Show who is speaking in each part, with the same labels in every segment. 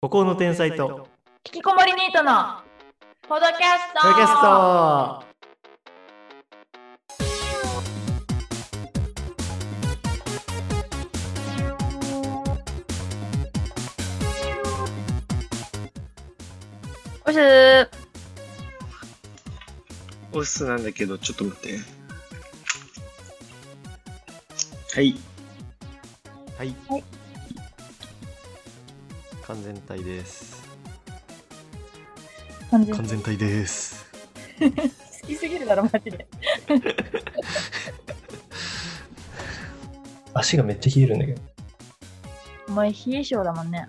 Speaker 1: ここの天才と
Speaker 2: 引きこもりニートのポドキャスト
Speaker 1: プロキャスト
Speaker 2: おしゅ
Speaker 3: オスなんだけど、ちょっと待って。はい。
Speaker 1: はい、
Speaker 2: はい
Speaker 1: 完全体です
Speaker 2: 完全
Speaker 1: 完全体です
Speaker 2: 好きすぎるだろマジで
Speaker 3: 足がめっちゃ冷えるんだけ
Speaker 2: お前冷え性だもんね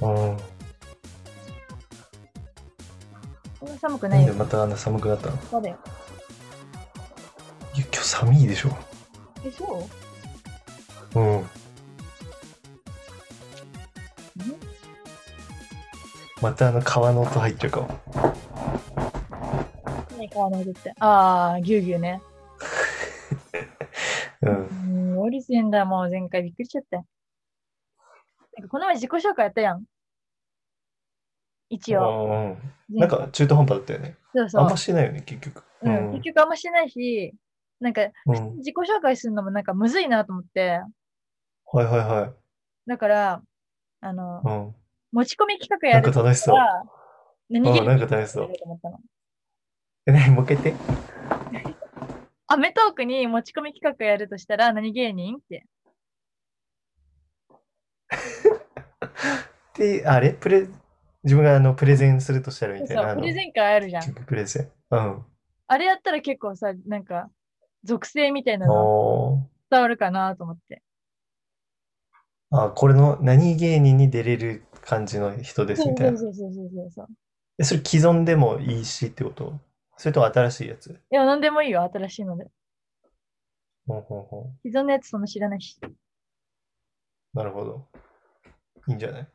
Speaker 3: ど。うん。
Speaker 2: こんな寒くな
Speaker 3: ないん
Speaker 2: よ
Speaker 3: でまたあんな寒くなったのいや、
Speaker 2: そうだよ
Speaker 3: 今日寒いでしょ。
Speaker 2: えそ
Speaker 3: うん。またあの川の音入っちゃうかも。
Speaker 2: うね川の音ってああぎゅうぎゅうね
Speaker 3: う
Speaker 2: う。ん降りてんだもう前回びっくりしちゃったなんかこの前自己紹介やったやん一応
Speaker 3: うんなんか中途半端だったよね。
Speaker 2: そうそ
Speaker 3: あん
Speaker 2: う
Speaker 3: ま、してないよね、結局。
Speaker 2: うん、結局あんましないしなんか
Speaker 3: うん。
Speaker 2: 自己紹介するのもなんかむずいなと思って
Speaker 3: はいはいはい。
Speaker 2: だからあの、
Speaker 3: うん。
Speaker 2: 持ち込み企画
Speaker 3: な
Speaker 2: や
Speaker 3: んか
Speaker 2: るか
Speaker 3: 楽しそう。
Speaker 2: ら、何
Speaker 3: うん、なん
Speaker 2: 気
Speaker 3: か楽し
Speaker 2: と
Speaker 3: そう。
Speaker 2: 思ったの。
Speaker 3: え、なに、もう一回言って。
Speaker 2: アメトークに持ち込み企画やるとしたら何芸人って。
Speaker 3: で、あれプレ、自分があの、プレゼンするとしたらみたい
Speaker 2: そ
Speaker 3: な。
Speaker 2: う、
Speaker 3: あ
Speaker 2: プ
Speaker 3: の
Speaker 2: レゼン会あるじゃん。
Speaker 3: 結局プレゼン。うん。
Speaker 2: あれやったら結構さ、なんか、属性みたいなの
Speaker 3: おー。
Speaker 2: 伝わるかなと思って。
Speaker 3: あ、これの何芸人に出れる感じの人です
Speaker 2: そう
Speaker 3: みたい
Speaker 2: そ
Speaker 3: うな。
Speaker 2: そうそうそうそう。
Speaker 3: え、それ既存でもいいしってことそれとも新しいやつ
Speaker 2: いや、何でもいいよ、新しいので。
Speaker 3: ほんほんほん。
Speaker 2: 既存のやつその知らないし。
Speaker 3: なるほど。いいんじゃ ない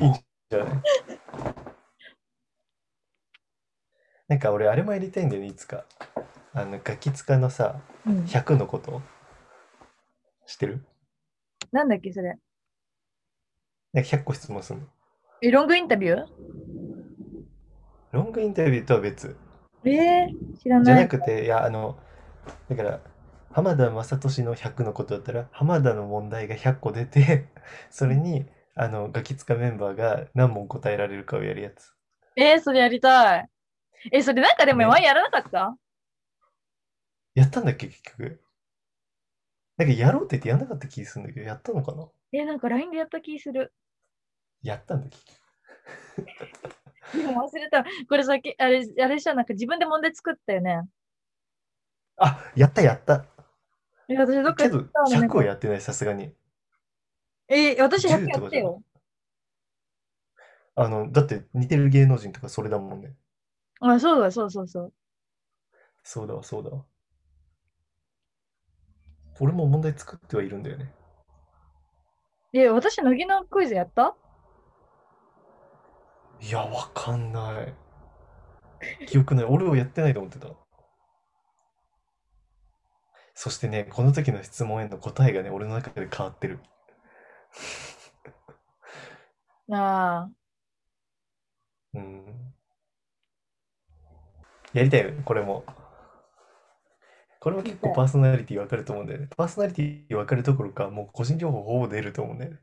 Speaker 3: いいんじゃないなんか俺あれもやりたいんだよね、いつか。あの、ガキ使のさ、
Speaker 2: うん。
Speaker 3: 100のこと知ってる
Speaker 2: なんだっけ、それ。
Speaker 3: なんか100個質問するの。
Speaker 2: え、ロングインタビュ
Speaker 3: ロングインタビューとは別。
Speaker 2: ーえー、知ら
Speaker 3: じゃ
Speaker 2: な。
Speaker 3: ないくて、いや、あの、だから、浜田雅俊の100のことだったら、浜田の問題が100個出て、それに、あの、ガキツカメンバーが何問答えられるかをやるやつ。
Speaker 2: えー、それやりたい。え、それなんかでも
Speaker 3: ね
Speaker 2: 前やらなかった、
Speaker 3: やったんだっけ、結局。なんか、やろうって言ってやんなかった気するんだけど、やったのかな
Speaker 2: え、なんか LINE でやった気する。
Speaker 3: やったんだっけ、結局。
Speaker 2: でも忘れた。これさっき、あれ、あれしたなんか自分で問題作ったよね。
Speaker 3: あ、やった、やった。
Speaker 2: え、私どっか
Speaker 3: け
Speaker 2: やっ
Speaker 3: ど、
Speaker 2: たのね
Speaker 3: 100をやってない、さすがに。
Speaker 2: え、私100
Speaker 3: 10
Speaker 2: や
Speaker 3: と
Speaker 2: っ
Speaker 3: か
Speaker 2: た
Speaker 3: じゃない
Speaker 2: よ。
Speaker 3: あの、だって、似てる芸能人とかそれだもんね。
Speaker 2: あ、そうだ、そうそうそう。
Speaker 3: そうだわ、そうだわ。俺も問題作ってはいるんだよね。
Speaker 2: え、私、乃木のクイズやった
Speaker 3: いや、わかんない。記憶ない。俺をやってないと思ってた。そしてね、この時の質問への答えがね、俺の中で変わってる。
Speaker 2: ああ、
Speaker 3: うん。やりたいよね、これも。これも結構パーソナリティ分かると思うんだよね。パーソナリティ分かるどころか、もう個人情報ほぼ出ると思うんだよね。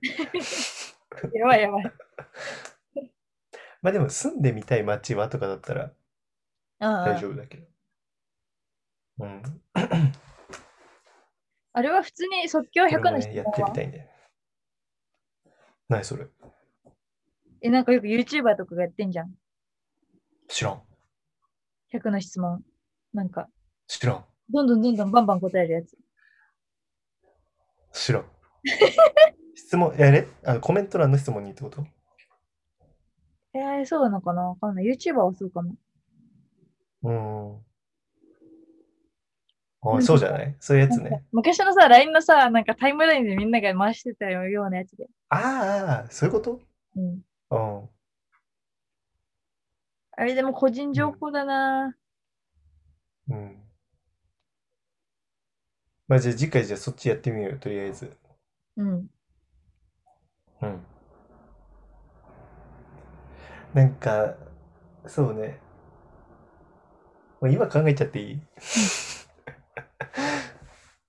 Speaker 2: やばいやばい。
Speaker 3: まあでも、住んでみたい街はとかだったら
Speaker 2: うんう
Speaker 3: 大
Speaker 2: ん、
Speaker 3: 丈夫だけど。うん。
Speaker 2: あれは普通に即興
Speaker 3: これ
Speaker 2: 100
Speaker 3: も
Speaker 2: の
Speaker 3: ね
Speaker 2: 質
Speaker 3: や
Speaker 2: 問
Speaker 3: ってみ
Speaker 2: は、
Speaker 3: たいんだよね。何それ
Speaker 2: え、なんかよく YouTuber とかがやってんじゃん。
Speaker 3: 知らん。
Speaker 2: 100の質問。なんか、
Speaker 3: 知らん。
Speaker 2: どんどんどんどんバンバン答えるやつ。
Speaker 3: 知らん。質問、えあれあのコメント欄の質問にってこと
Speaker 2: えー、そうなのかなわかんない。YouTuber はそうかも。
Speaker 3: うーん。あ、そうじゃないそういうやつ
Speaker 2: なん
Speaker 3: ね
Speaker 2: か。昔のさ、LINE のさ、なんかタイムラインでみんなが回してたようなやつで。
Speaker 3: あーあー、そういうこと
Speaker 2: うん。
Speaker 3: うん。
Speaker 2: あれでも個人情報だな。
Speaker 3: うん。まあじゃあ次回じゃあそっちやってみようよ、とりあえず。
Speaker 2: うん。
Speaker 3: うん。なんか、そうね。もう今考えちゃって いい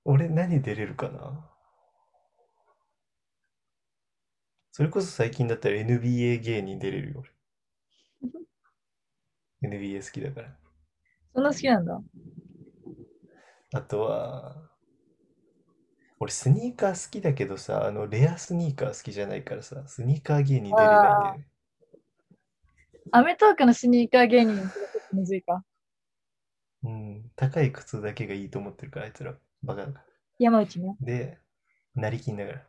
Speaker 3: 俺何出れるかなそれこそ最近だったら NBA 芸人出れるよ、 俺。NBA 好きだから。
Speaker 2: そんな好きなんだ。
Speaker 3: あとは、俺スニーカー好きだけどさ、あのレアスニーカー好きじゃないからさ、スニーカー芸人出れないんだよね。
Speaker 2: アメトークのスニーカー芸人ってちょっとむずいか。
Speaker 3: うん、高い靴だけがいいと思ってるから、あいつら、バカだから。
Speaker 2: 山内ね。
Speaker 3: で、成金だから。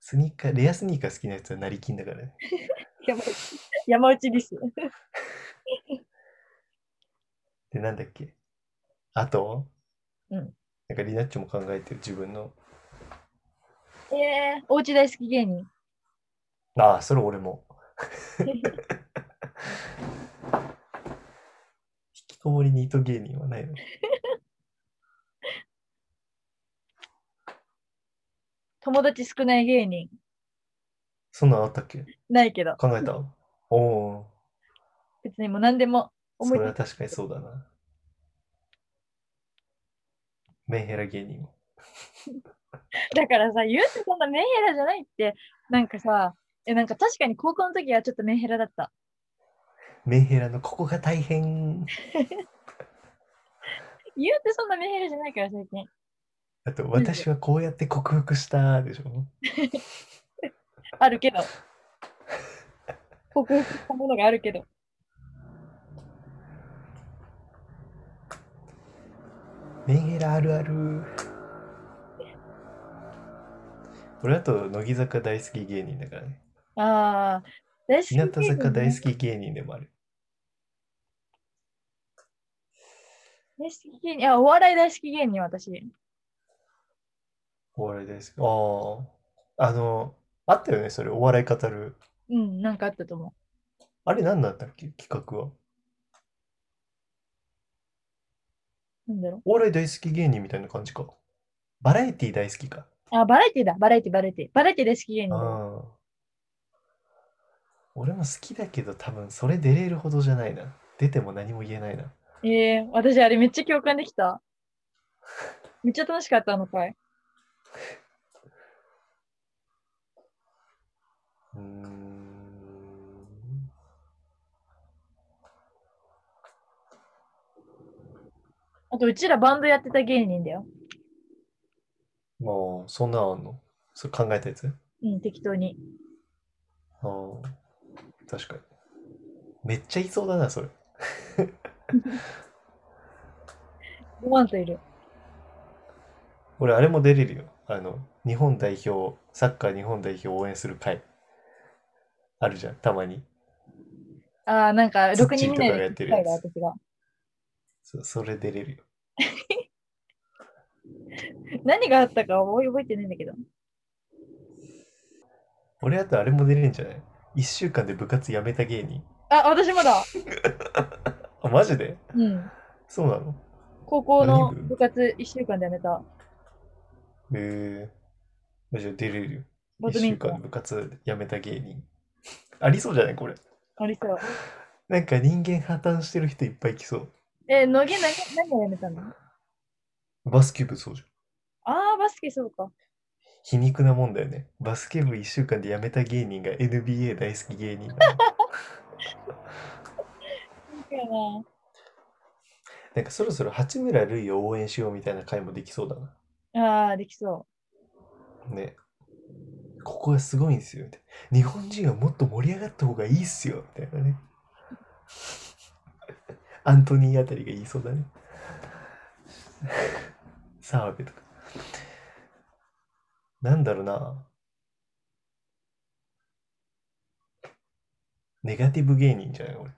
Speaker 3: スニーカー、レアスニーカー好きなやつは成金だからね。
Speaker 2: 山内。山内リス。
Speaker 3: で、なんだっけ。あと、
Speaker 2: うん
Speaker 3: なんかリナッチも考えてる、自分の。
Speaker 2: えー、お家大好き芸人。
Speaker 3: ああ、それ俺 も。引きこもりニート芸人はないの。
Speaker 2: 友達少ない芸人。
Speaker 3: そんなのあったっけ
Speaker 2: ないけど。
Speaker 3: 考えたおお
Speaker 2: 別にもう何でも
Speaker 3: ー、
Speaker 2: 思
Speaker 3: そ
Speaker 2: い
Speaker 3: れ
Speaker 2: 出
Speaker 3: は確かにそうだな。メンヘラ芸人も。
Speaker 2: だからさ、言うてそんなメンヘラじゃないって、なんかさ、えなんか確かに高校の時はちょっとメンヘラだった。
Speaker 3: メンヘラのここが大変。
Speaker 2: 言うてそんなメンヘラじゃないから最近。
Speaker 3: あと、私はこうやって克服したでしょ。
Speaker 2: あるけど。克服したものがあるけど。
Speaker 3: メンヘラあるある。俺あと、乃木坂大好き芸人だからね。
Speaker 2: ああ、大好き
Speaker 3: 日
Speaker 2: 芸
Speaker 3: 向
Speaker 2: 人ね、
Speaker 3: 坂大好き芸人でもある。
Speaker 2: 大好き芸人。あ、お笑い大好き芸人、私。
Speaker 3: お笑い大好き。ああ。あの、あったよね、それ。お笑い語る。
Speaker 2: うん、なんかあったと思
Speaker 3: あれ何なんだっけ、企画は。
Speaker 2: う。なんだろ
Speaker 3: お笑い大好き芸人みたいな感じか。バラエティ大好きか。
Speaker 2: う。あ、バラエティだ、バラエティ、バラエティ。バラエティ大好き芸人だ。
Speaker 3: ああ。俺も好きだけど、多分それ出れるほどじゃないな。出ても何も言えないな。
Speaker 2: えー、私あれめっちゃ共感できた。めっちゃ楽しかった、あの回。
Speaker 3: うーん。
Speaker 2: あと、うちらバンドやってた芸人だよ。
Speaker 3: まあ、そんなんあんのそれ考えたやつあ
Speaker 2: うん、適当に。
Speaker 3: あ。確かに。めっちゃいそうだな、それ。
Speaker 2: 5万といる。
Speaker 3: 俺、あれも出れるよ。あの、日本代表、サッカー日本代表を応援する会。あるじゃん、たまに。
Speaker 2: ああ、なんか、
Speaker 3: ツッ
Speaker 2: 6
Speaker 3: チー
Speaker 2: 人以
Speaker 3: とか
Speaker 2: 内
Speaker 3: がや
Speaker 2: で
Speaker 3: って
Speaker 2: 聞
Speaker 3: る
Speaker 2: き
Speaker 3: や
Speaker 2: た
Speaker 3: つ
Speaker 2: いわ、私が。
Speaker 3: そ、それ出れるよ。
Speaker 2: 何があったか覚え覚えてないんだけど。
Speaker 3: 俺、あとあれも出れるんじゃない ?1 週間で部活辞めた芸人。
Speaker 2: あ、私もだ。
Speaker 3: あ、マジで
Speaker 2: うん。
Speaker 3: そうなの
Speaker 2: 高校の
Speaker 3: 何部
Speaker 2: 部活1週間でやめた。
Speaker 3: へえ。じゃあ出れるよ。
Speaker 2: バド
Speaker 3: 1
Speaker 2: ミ
Speaker 3: 週
Speaker 2: ント
Speaker 3: 間
Speaker 2: ン。
Speaker 3: 部活辞めた芸人。ありそうじゃないこれ。
Speaker 2: ありそう。
Speaker 3: なんか人間破綻してる人いっぱい来そう。
Speaker 2: え、乃木何何をやめたのあ
Speaker 3: バスケ部そうじゃん。
Speaker 2: あー、バスケそうか。
Speaker 3: 皮肉なもんだよね。バスケ部1週間で辞めた芸人が NBA 大好き芸人なの。
Speaker 2: そうかな。
Speaker 3: なんかそろそろ八村塁を応援しようみたいな回もできそうだな。
Speaker 2: ああ、できそ
Speaker 3: ね。ここがすごいんですよ。みたいな日本人はもっと盛り上がった方がいいっすよ。みたいなね。アントニーあたりが言いそうだね。澤部とか。なんだろうな。ネガティブ芸人じゃない俺。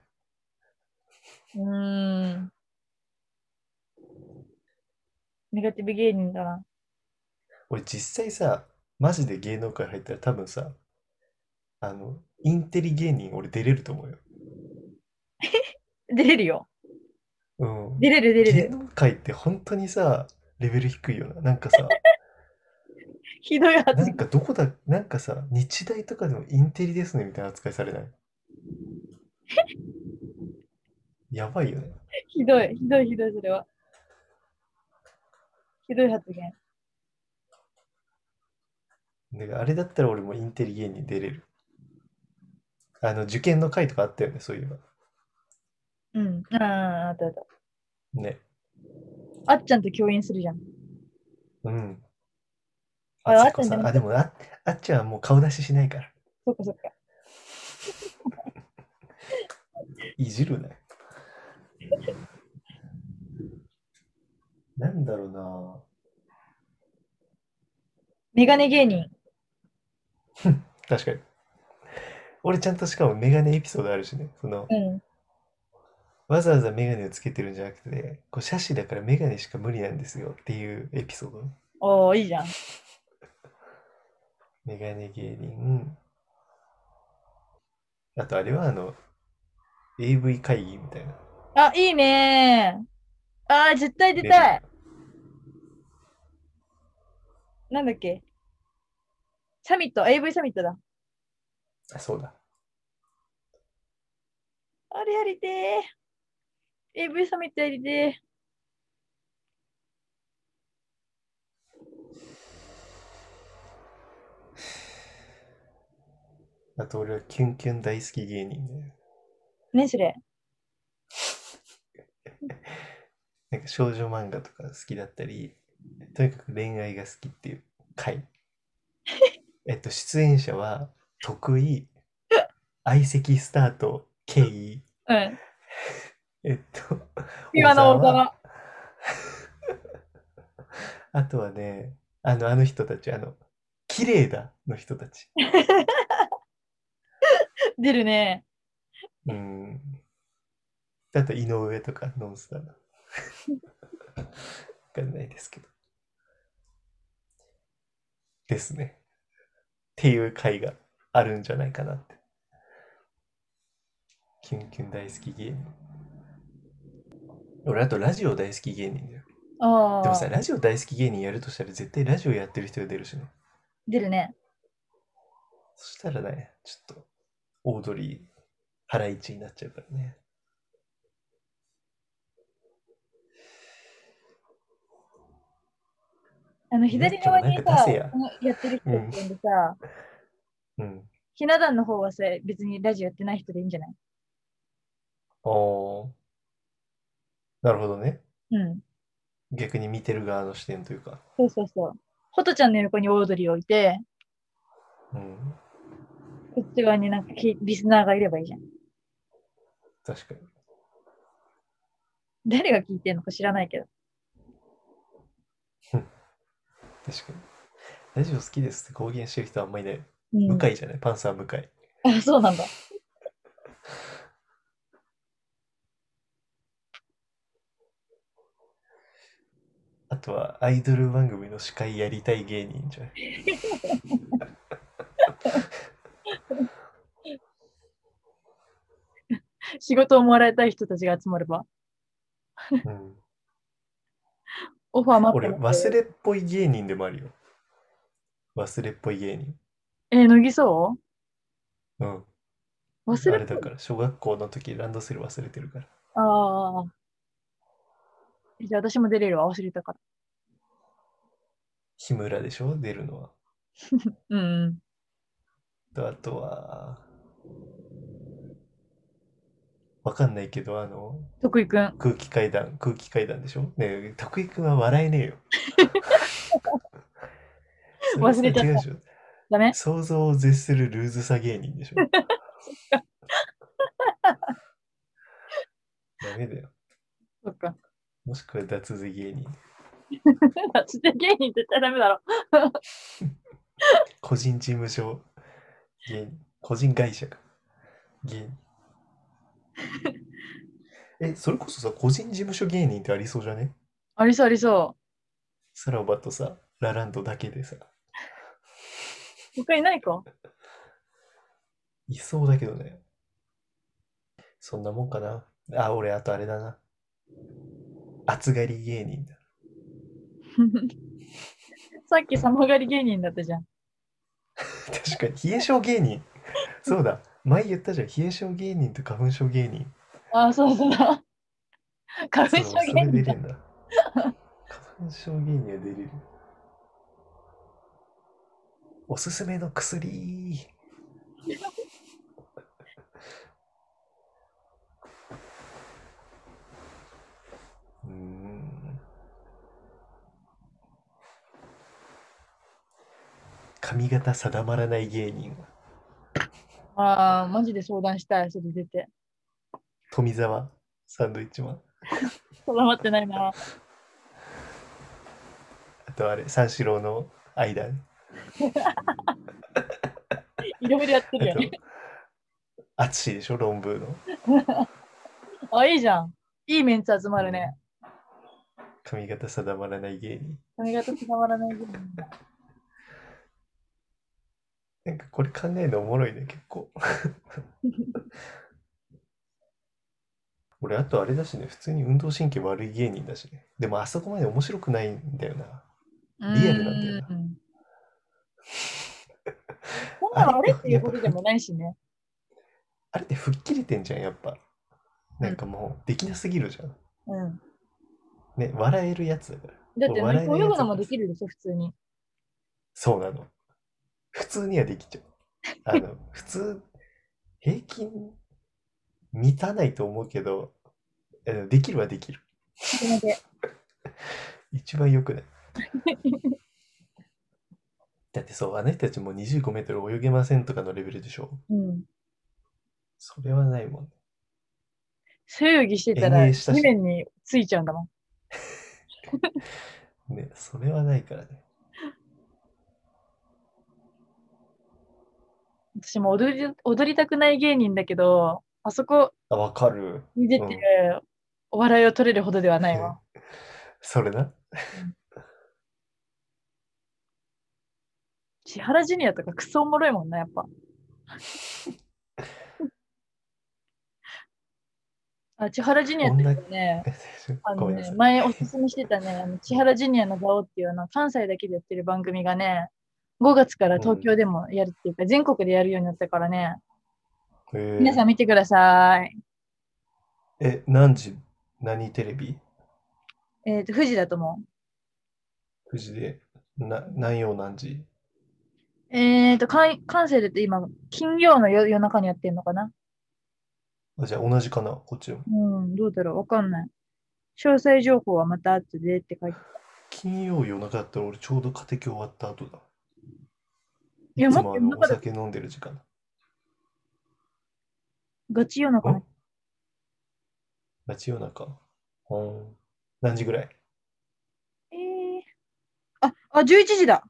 Speaker 2: う。うーん。ネガティブ芸人だな。
Speaker 3: 俺実際さ、マジで芸能界入ったら多分さ、あの、インテリ芸人俺出れると思うよ。
Speaker 2: 出れるよ。
Speaker 3: うん。
Speaker 2: 出れる出れ
Speaker 3: 芸
Speaker 2: る。
Speaker 3: 能界って本当にさ、レベル低いよな。なんか さ、
Speaker 2: ひどい
Speaker 3: な
Speaker 2: 発
Speaker 3: ん
Speaker 2: 言。
Speaker 3: かどこだ、なんかさ、日大とかでもインテリですねみたいな扱いされない。やばいよね。
Speaker 2: ひどい、ひどい、ひどい、それは。ひどい発言。
Speaker 3: だからあれだったら俺もインテリ芸人出れる。あの、受験の回とかあったよね、そういえば。
Speaker 2: うん。ああ、あったあった。
Speaker 3: ね。
Speaker 2: あっちゃんと共演するじゃん。
Speaker 3: うん。
Speaker 2: あれ
Speaker 3: あ、そっか
Speaker 2: あったんじ
Speaker 3: さ、
Speaker 2: ゃない
Speaker 3: あ、でもあ、あっちゃんはもう顔出ししないから。
Speaker 2: そっかそっか。
Speaker 3: いじる ね。なんだろうな。
Speaker 2: メガネ芸人。
Speaker 3: 確かに。俺ちゃんとしかもメガネエピソードあるしね。その、
Speaker 2: うん。
Speaker 3: わざわざメガネをつけてるんじゃなくて、こう、斜視だからメガネしか無理なんですよっていうエピソードね。
Speaker 2: おー、いいじゃん。
Speaker 3: メガネ芸人。あとあれはあの、AV 会議みたいな。
Speaker 2: あ、いいねー。あー、絶対出たい。なんだっけサミット、AV サミットだ。
Speaker 3: あ、そうだ。
Speaker 2: あれやりてー。AV サミットやりて
Speaker 3: あと俺はキュンキュン大好き芸人ね。
Speaker 2: ー。ね、それ。
Speaker 3: なんか少女漫画とか好きだったり、とにかく恋愛が好きっていう回。えっと、出演者は、徳井、相席スタート、ケイ、
Speaker 2: うん。
Speaker 3: えっと、
Speaker 2: 今の
Speaker 3: 小沢
Speaker 2: 小沢。
Speaker 3: あとはね、あの、あの人たち、あの、綺麗だの人たち。
Speaker 2: 出るね。
Speaker 3: うん。あと、井上とか、ノンスターの。わかんないですけど。ですね。っていう回があるんじゃないかなって。キュンキュン大好き芸人。俺、あとラジオ大好き芸人だよ。
Speaker 2: あ
Speaker 3: でもさ、
Speaker 2: ー。
Speaker 3: ラジオ大好き芸人やるとしたら絶対ラジオやってる人が出るしね。
Speaker 2: 出るね。
Speaker 3: そしたらね、ちょっと、オードリー、ハライチになっちゃうからね。
Speaker 2: あの、左側に
Speaker 3: ちょっとなんか
Speaker 2: さ、
Speaker 3: 出せや
Speaker 2: このやってる人ってんでさ、
Speaker 3: うん。
Speaker 2: ひな壇の方はさ、別にラジオやってない人でいいんじゃない
Speaker 3: おー。なるほどね。
Speaker 2: うん。
Speaker 3: 逆に見てる側の視点というか。
Speaker 2: そうそうそう。ホトちゃんの横にオードリーを置いて、
Speaker 3: うん。
Speaker 2: こっち側になんかきリスナーがいればいいじゃん。
Speaker 3: 確かに。
Speaker 2: 誰が聞いてんのか知らないけど。
Speaker 3: 確かに。ラジオ好きですって公言してる人はあんまりいない。
Speaker 2: うん、
Speaker 3: 向井じゃないパンサー向井。
Speaker 2: あ、そうなんだ。
Speaker 3: あとはアイドル番組の司会やりたい芸人じゃない
Speaker 2: 仕事をもらいたい人たちが集まれば。
Speaker 3: うん。
Speaker 2: オファー待って
Speaker 3: 俺、
Speaker 2: ます
Speaker 3: 忘れっぽい芸人でもあるよ。忘れっぽい芸人。
Speaker 2: えー、脱ぎそ
Speaker 3: うん。
Speaker 2: う忘
Speaker 3: あ
Speaker 2: れ
Speaker 3: れ
Speaker 2: る
Speaker 3: だから、小学校の時ランドセル忘れてるから。
Speaker 2: ああ。じゃあ私も出れるわ、忘れたから。
Speaker 3: 日村でしょ出るのは。
Speaker 2: うんうん。
Speaker 3: とあとは、わかんないけど、あの、
Speaker 2: 徳井くん。
Speaker 3: 空気階段、空気階段でしょねえ、徳井くんは笑えねえよ。それはさ
Speaker 2: 忘れちゃった
Speaker 3: 違うでしょ
Speaker 2: ダメ
Speaker 3: 想像を絶するルーズさ芸人で しょダメだよ。
Speaker 2: そっか。
Speaker 3: もしくは脱税芸人。
Speaker 2: つって芸人絶対ダメだろ。
Speaker 3: 個人事務所芸人個人会社か芸 人えそれこそさ個人事務所芸人ってありそうじゃね
Speaker 2: ありそうありそ
Speaker 3: さらばとさラランドだけでさ
Speaker 2: う。他にないか
Speaker 3: いそうだけどねそんなもんかなあ俺あとあれだな暑がり芸人だ
Speaker 2: さっき寒がり芸人だったじゃん。
Speaker 3: 確かに冷え性芸人そうだ前言ったじゃん冷え性芸人と花粉症芸人
Speaker 2: ああ、そうそう だ。花粉症
Speaker 3: そうそ
Speaker 2: 芸
Speaker 3: れ
Speaker 2: 人
Speaker 3: 出
Speaker 2: だ
Speaker 3: る。んだ花粉症芸人は出れるおすすめの薬うーん髪型定まらない芸人
Speaker 2: ああ、マジで相談したい、それ出て。
Speaker 3: 富澤サンドイッチマン
Speaker 2: 定まってないな。
Speaker 3: あとあれ三四郎の間ね
Speaker 2: いろいろやってるよ ね。
Speaker 3: あと、淳でしょ、論文の。
Speaker 2: あ、いいじゃん。いいメンツ集まるね。
Speaker 3: 髪型定まらない芸人。
Speaker 2: 髪型定まらない芸人。
Speaker 3: なんかこれ考えるのおもろいね、結構。 俺、あとあれだしね、普通に運動神経悪い芸人だしね。でも、あそこまで面白くないんだよな。リアルなんだよな
Speaker 2: うん。そんな悪いっていうことでもないしね。
Speaker 3: あれって吹っ切れてんじゃん、やっぱ。なんかもう、できなすぎるじゃん。
Speaker 2: うん。
Speaker 3: ね、笑えるやつだから。
Speaker 2: だって、
Speaker 3: お笑いの
Speaker 2: 泳
Speaker 3: やつ
Speaker 2: ぐのもできるでしょ、普通に。
Speaker 3: そうなの。普通にはできちゃう。あの、 普通、平均満たないと思うけど、あのできるはできる。
Speaker 2: それで
Speaker 3: 一番良 くない。だってそう、あの人たちもう25メートル泳げませんとかのレベルでしょ。
Speaker 2: うん。
Speaker 3: それはないもん。
Speaker 2: 背泳ぎしてたら、
Speaker 3: 遠泳したし
Speaker 2: 地面についちゃうんだもん。
Speaker 3: ね、それはないからね。
Speaker 2: 私も踊り踊りたくない芸人だけど、あそこ
Speaker 3: あ、わかる。
Speaker 2: に出て、お笑いを取れるほどではないわ。
Speaker 3: それな。
Speaker 2: 千原ジュニアとかクソおもろいもんな、やっぱ。 あ千原ジュニアっていうとね、あ
Speaker 3: ご
Speaker 2: の
Speaker 3: めんな
Speaker 2: ね
Speaker 3: さい。
Speaker 2: 前おすすめしてたね、あの千原ジュニアの場をっていうあの関西だけでやってる番組がね、5月から東京でもやるっていうか、全国でやるようになったからね、
Speaker 3: えー
Speaker 2: 皆さん見てください。
Speaker 3: え、何時、何テレビ
Speaker 2: えっ、と、富士だと思う。
Speaker 3: 富士で、な、何曜何時
Speaker 2: えっ、と、関関西でって今、金曜の夜夜中にやってんのかな
Speaker 3: あ、じゃあ同じかな、こっちも。
Speaker 2: うん、どうだろうわかんない。詳細情報はまた後でって書いて
Speaker 3: 金曜夜中だったら俺ちょうど家庭教終わった後だ。
Speaker 2: いや
Speaker 3: つもあ
Speaker 2: 待って
Speaker 3: の
Speaker 2: ま
Speaker 3: お
Speaker 2: だ
Speaker 3: 酒飲んでる時間。
Speaker 2: ガチ夜中
Speaker 3: う
Speaker 2: の
Speaker 3: んラチ夜中。うん。何時ぐらい
Speaker 2: えーあ、あ、11時だ。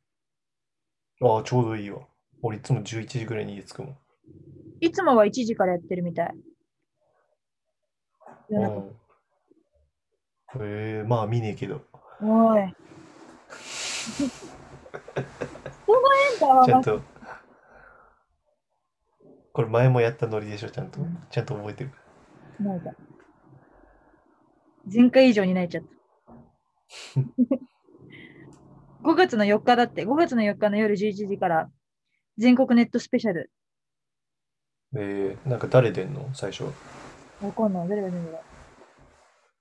Speaker 3: ああ、ちょうどいいわ。俺いつも11時ぐらいに家着くもん。
Speaker 2: いつもは1時からやってるみたい。夜中
Speaker 3: うん。へえまあ見ねえけど。
Speaker 2: おい。人の縁だ
Speaker 3: ちゃん
Speaker 2: わ。
Speaker 3: と。これ前もやったノリでしょ、ちゃんと
Speaker 2: うん。
Speaker 3: ちゃんと覚えてる。
Speaker 2: なんか前回以上に泣いちゃった。5月の4日だって、5月の4日の夜11時から全国ネットスペシャル。
Speaker 3: ええなんか誰出んの最初。
Speaker 2: わかんない。誰が出るんだろう。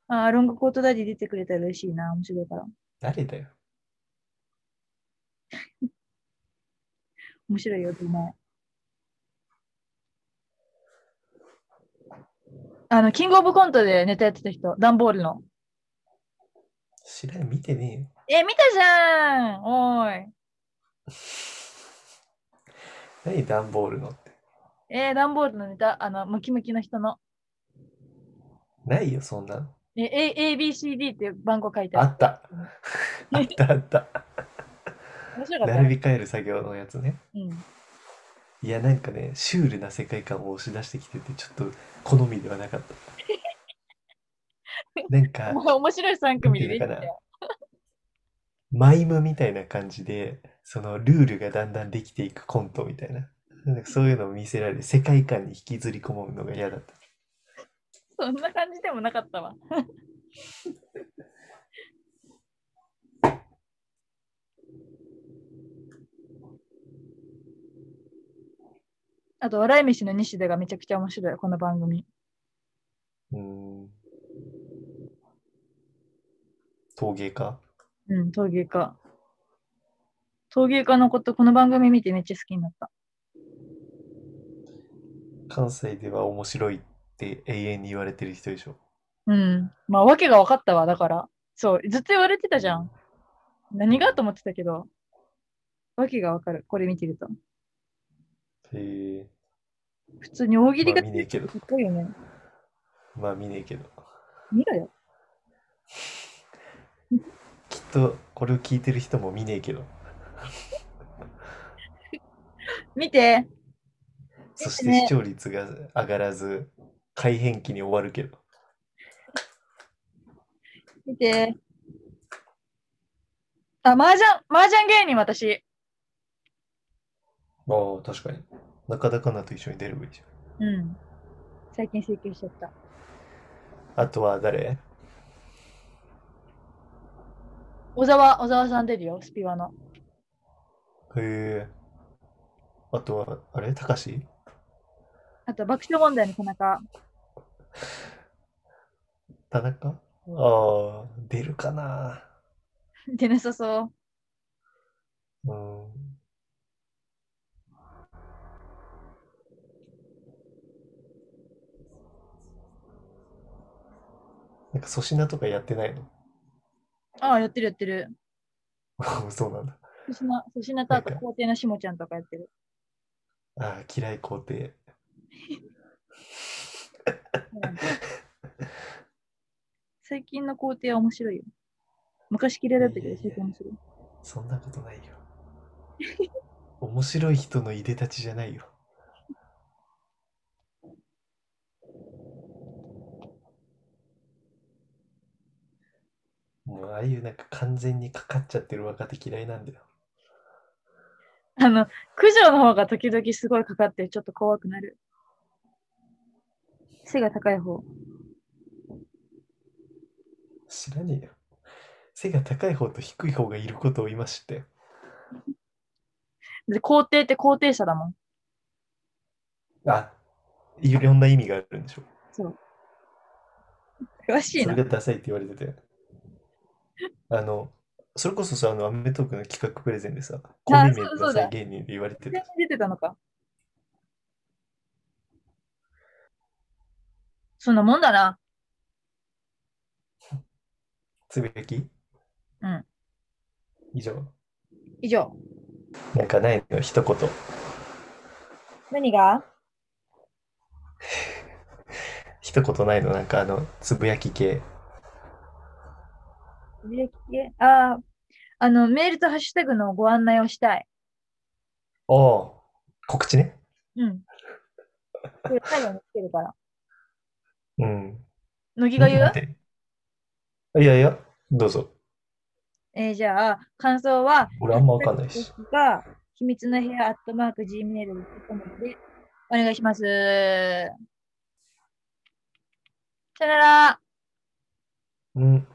Speaker 2: あー、ロングコートダディ出てくれたら嬉しいな。面白いから。
Speaker 3: 誰だよ。
Speaker 2: 面白いよ、お前。あの、キングオブコントでネタやってた人、ダンボールの。
Speaker 3: 知らん、見てねえよ。
Speaker 2: え、見たじゃんおーい。
Speaker 3: 何段ボールのって。
Speaker 2: えー、ダンボールのネタ、あの、ムキムキの人の。
Speaker 3: ないよ、そんなの。
Speaker 2: え、A、ABCD っていう番号書いて
Speaker 3: あ
Speaker 2: ある。
Speaker 3: った。あったあった。
Speaker 2: 面白かった
Speaker 3: 並
Speaker 2: ね。
Speaker 3: び替える作業のやつね。
Speaker 2: うん。
Speaker 3: いや、なんかね、シュールな世界観を押し出してきてて、ちょっと好みではなかった。なんか、
Speaker 2: お前面白い3組でできた
Speaker 3: なんていう
Speaker 2: よ。
Speaker 3: マイムみたいな感じで、そのルールがだんだんできていくコントみたいな。なんかそういうのを見せられて、世界観に引きずり込むのが嫌だった。
Speaker 2: そんな感じでもなかったわ。あと、笑い飯の西田がめちゃくちゃ面白い、この番組。
Speaker 3: うん。陶芸家
Speaker 2: うん、陶芸家。陶芸家のこと、この番組見てめっちゃ好きになった。
Speaker 3: 関西では面白いって永遠に言われてる人でしょ。
Speaker 2: うん。まあ、わけが分かったわ、だから。そう、ずっと言われてたじゃん。何がと思ってたけど、わけが分かる、これ見てると。
Speaker 3: へえ。
Speaker 2: 普通に大喜利
Speaker 3: ま
Speaker 2: が
Speaker 3: あ見ねえけど。
Speaker 2: すごいよね。
Speaker 3: まあ見ねえけど。
Speaker 2: 見ろよ。
Speaker 3: きっとこれを聞いてる人も見ねえけど。
Speaker 2: 見て
Speaker 3: そして
Speaker 2: 見てね
Speaker 3: 視聴率が上がらず、改変期に終わるけど。
Speaker 2: 見てあ、麻雀、麻雀芸人私。
Speaker 3: ああ、確かに。中田香菜と一緒に出ればいいじ
Speaker 2: うん。最近請求しちゃった。
Speaker 3: ゃん。あとは誰
Speaker 2: 小沢、小沢さん出るよ、スピワの。
Speaker 3: へえ。あとは、あれたかし
Speaker 2: あと、爆笑問題の田中。
Speaker 3: 田中ああ、出るかな。
Speaker 2: 出なさそ
Speaker 3: う
Speaker 2: う。
Speaker 3: ん。なんか粗品とかやってないの
Speaker 2: ああ、やってるやってる。
Speaker 3: そうなんだ。
Speaker 2: 粗品、粗品とあと皇帝のしもちゃんとかやってる。
Speaker 3: ああ、嫌い肯定。
Speaker 2: うん最近の皇帝は面白いよ。昔嫌いだったけど、最近面白い。
Speaker 3: そんなことないよ。面白い人のいでたちじゃないよ。もうああいうなんか完全にかかっちゃってる若手嫌いなんだよ。
Speaker 2: あの、九条の方が時々すごいかかって、ちょっと怖くなる。背が高い方。
Speaker 3: 知らねえよ。背が高い方と低い方がいることを今知って。
Speaker 2: で、皇帝って皇帝者だもん。
Speaker 3: あ、いろんな意味があるんでしょ。
Speaker 2: そう。詳しい
Speaker 3: そ
Speaker 2: な
Speaker 3: れ。がダサいって言われてて。あの、それこそさ、あの、アメトークの企画プレゼンでさ、コンビ名
Speaker 2: そ
Speaker 3: ダ
Speaker 2: うそう
Speaker 3: サ
Speaker 2: だ
Speaker 3: い芸人で言われて
Speaker 2: 全然
Speaker 3: た。
Speaker 2: 出てたのか。そんなもんだな。
Speaker 3: つぶやき
Speaker 2: うん。
Speaker 3: 以上。
Speaker 2: 以上。
Speaker 3: なんかないの一言。
Speaker 2: 何が
Speaker 3: 一言ないのなんかあの、つぶやき系。
Speaker 2: つぶやき系ああ、あの、メールとハッシュタグのご案内をしたい。
Speaker 3: おお告知ね。
Speaker 2: うん。これ最後につけるから。
Speaker 3: うん。
Speaker 2: 乃木が言う
Speaker 3: 待っていやいや、どうぞ。
Speaker 2: えーじゃあ、感想は、
Speaker 3: 俺あんまわかんないし。
Speaker 2: が、秘密の部屋アットマーク Gmail.com でお願いします。さよなら。
Speaker 3: うん。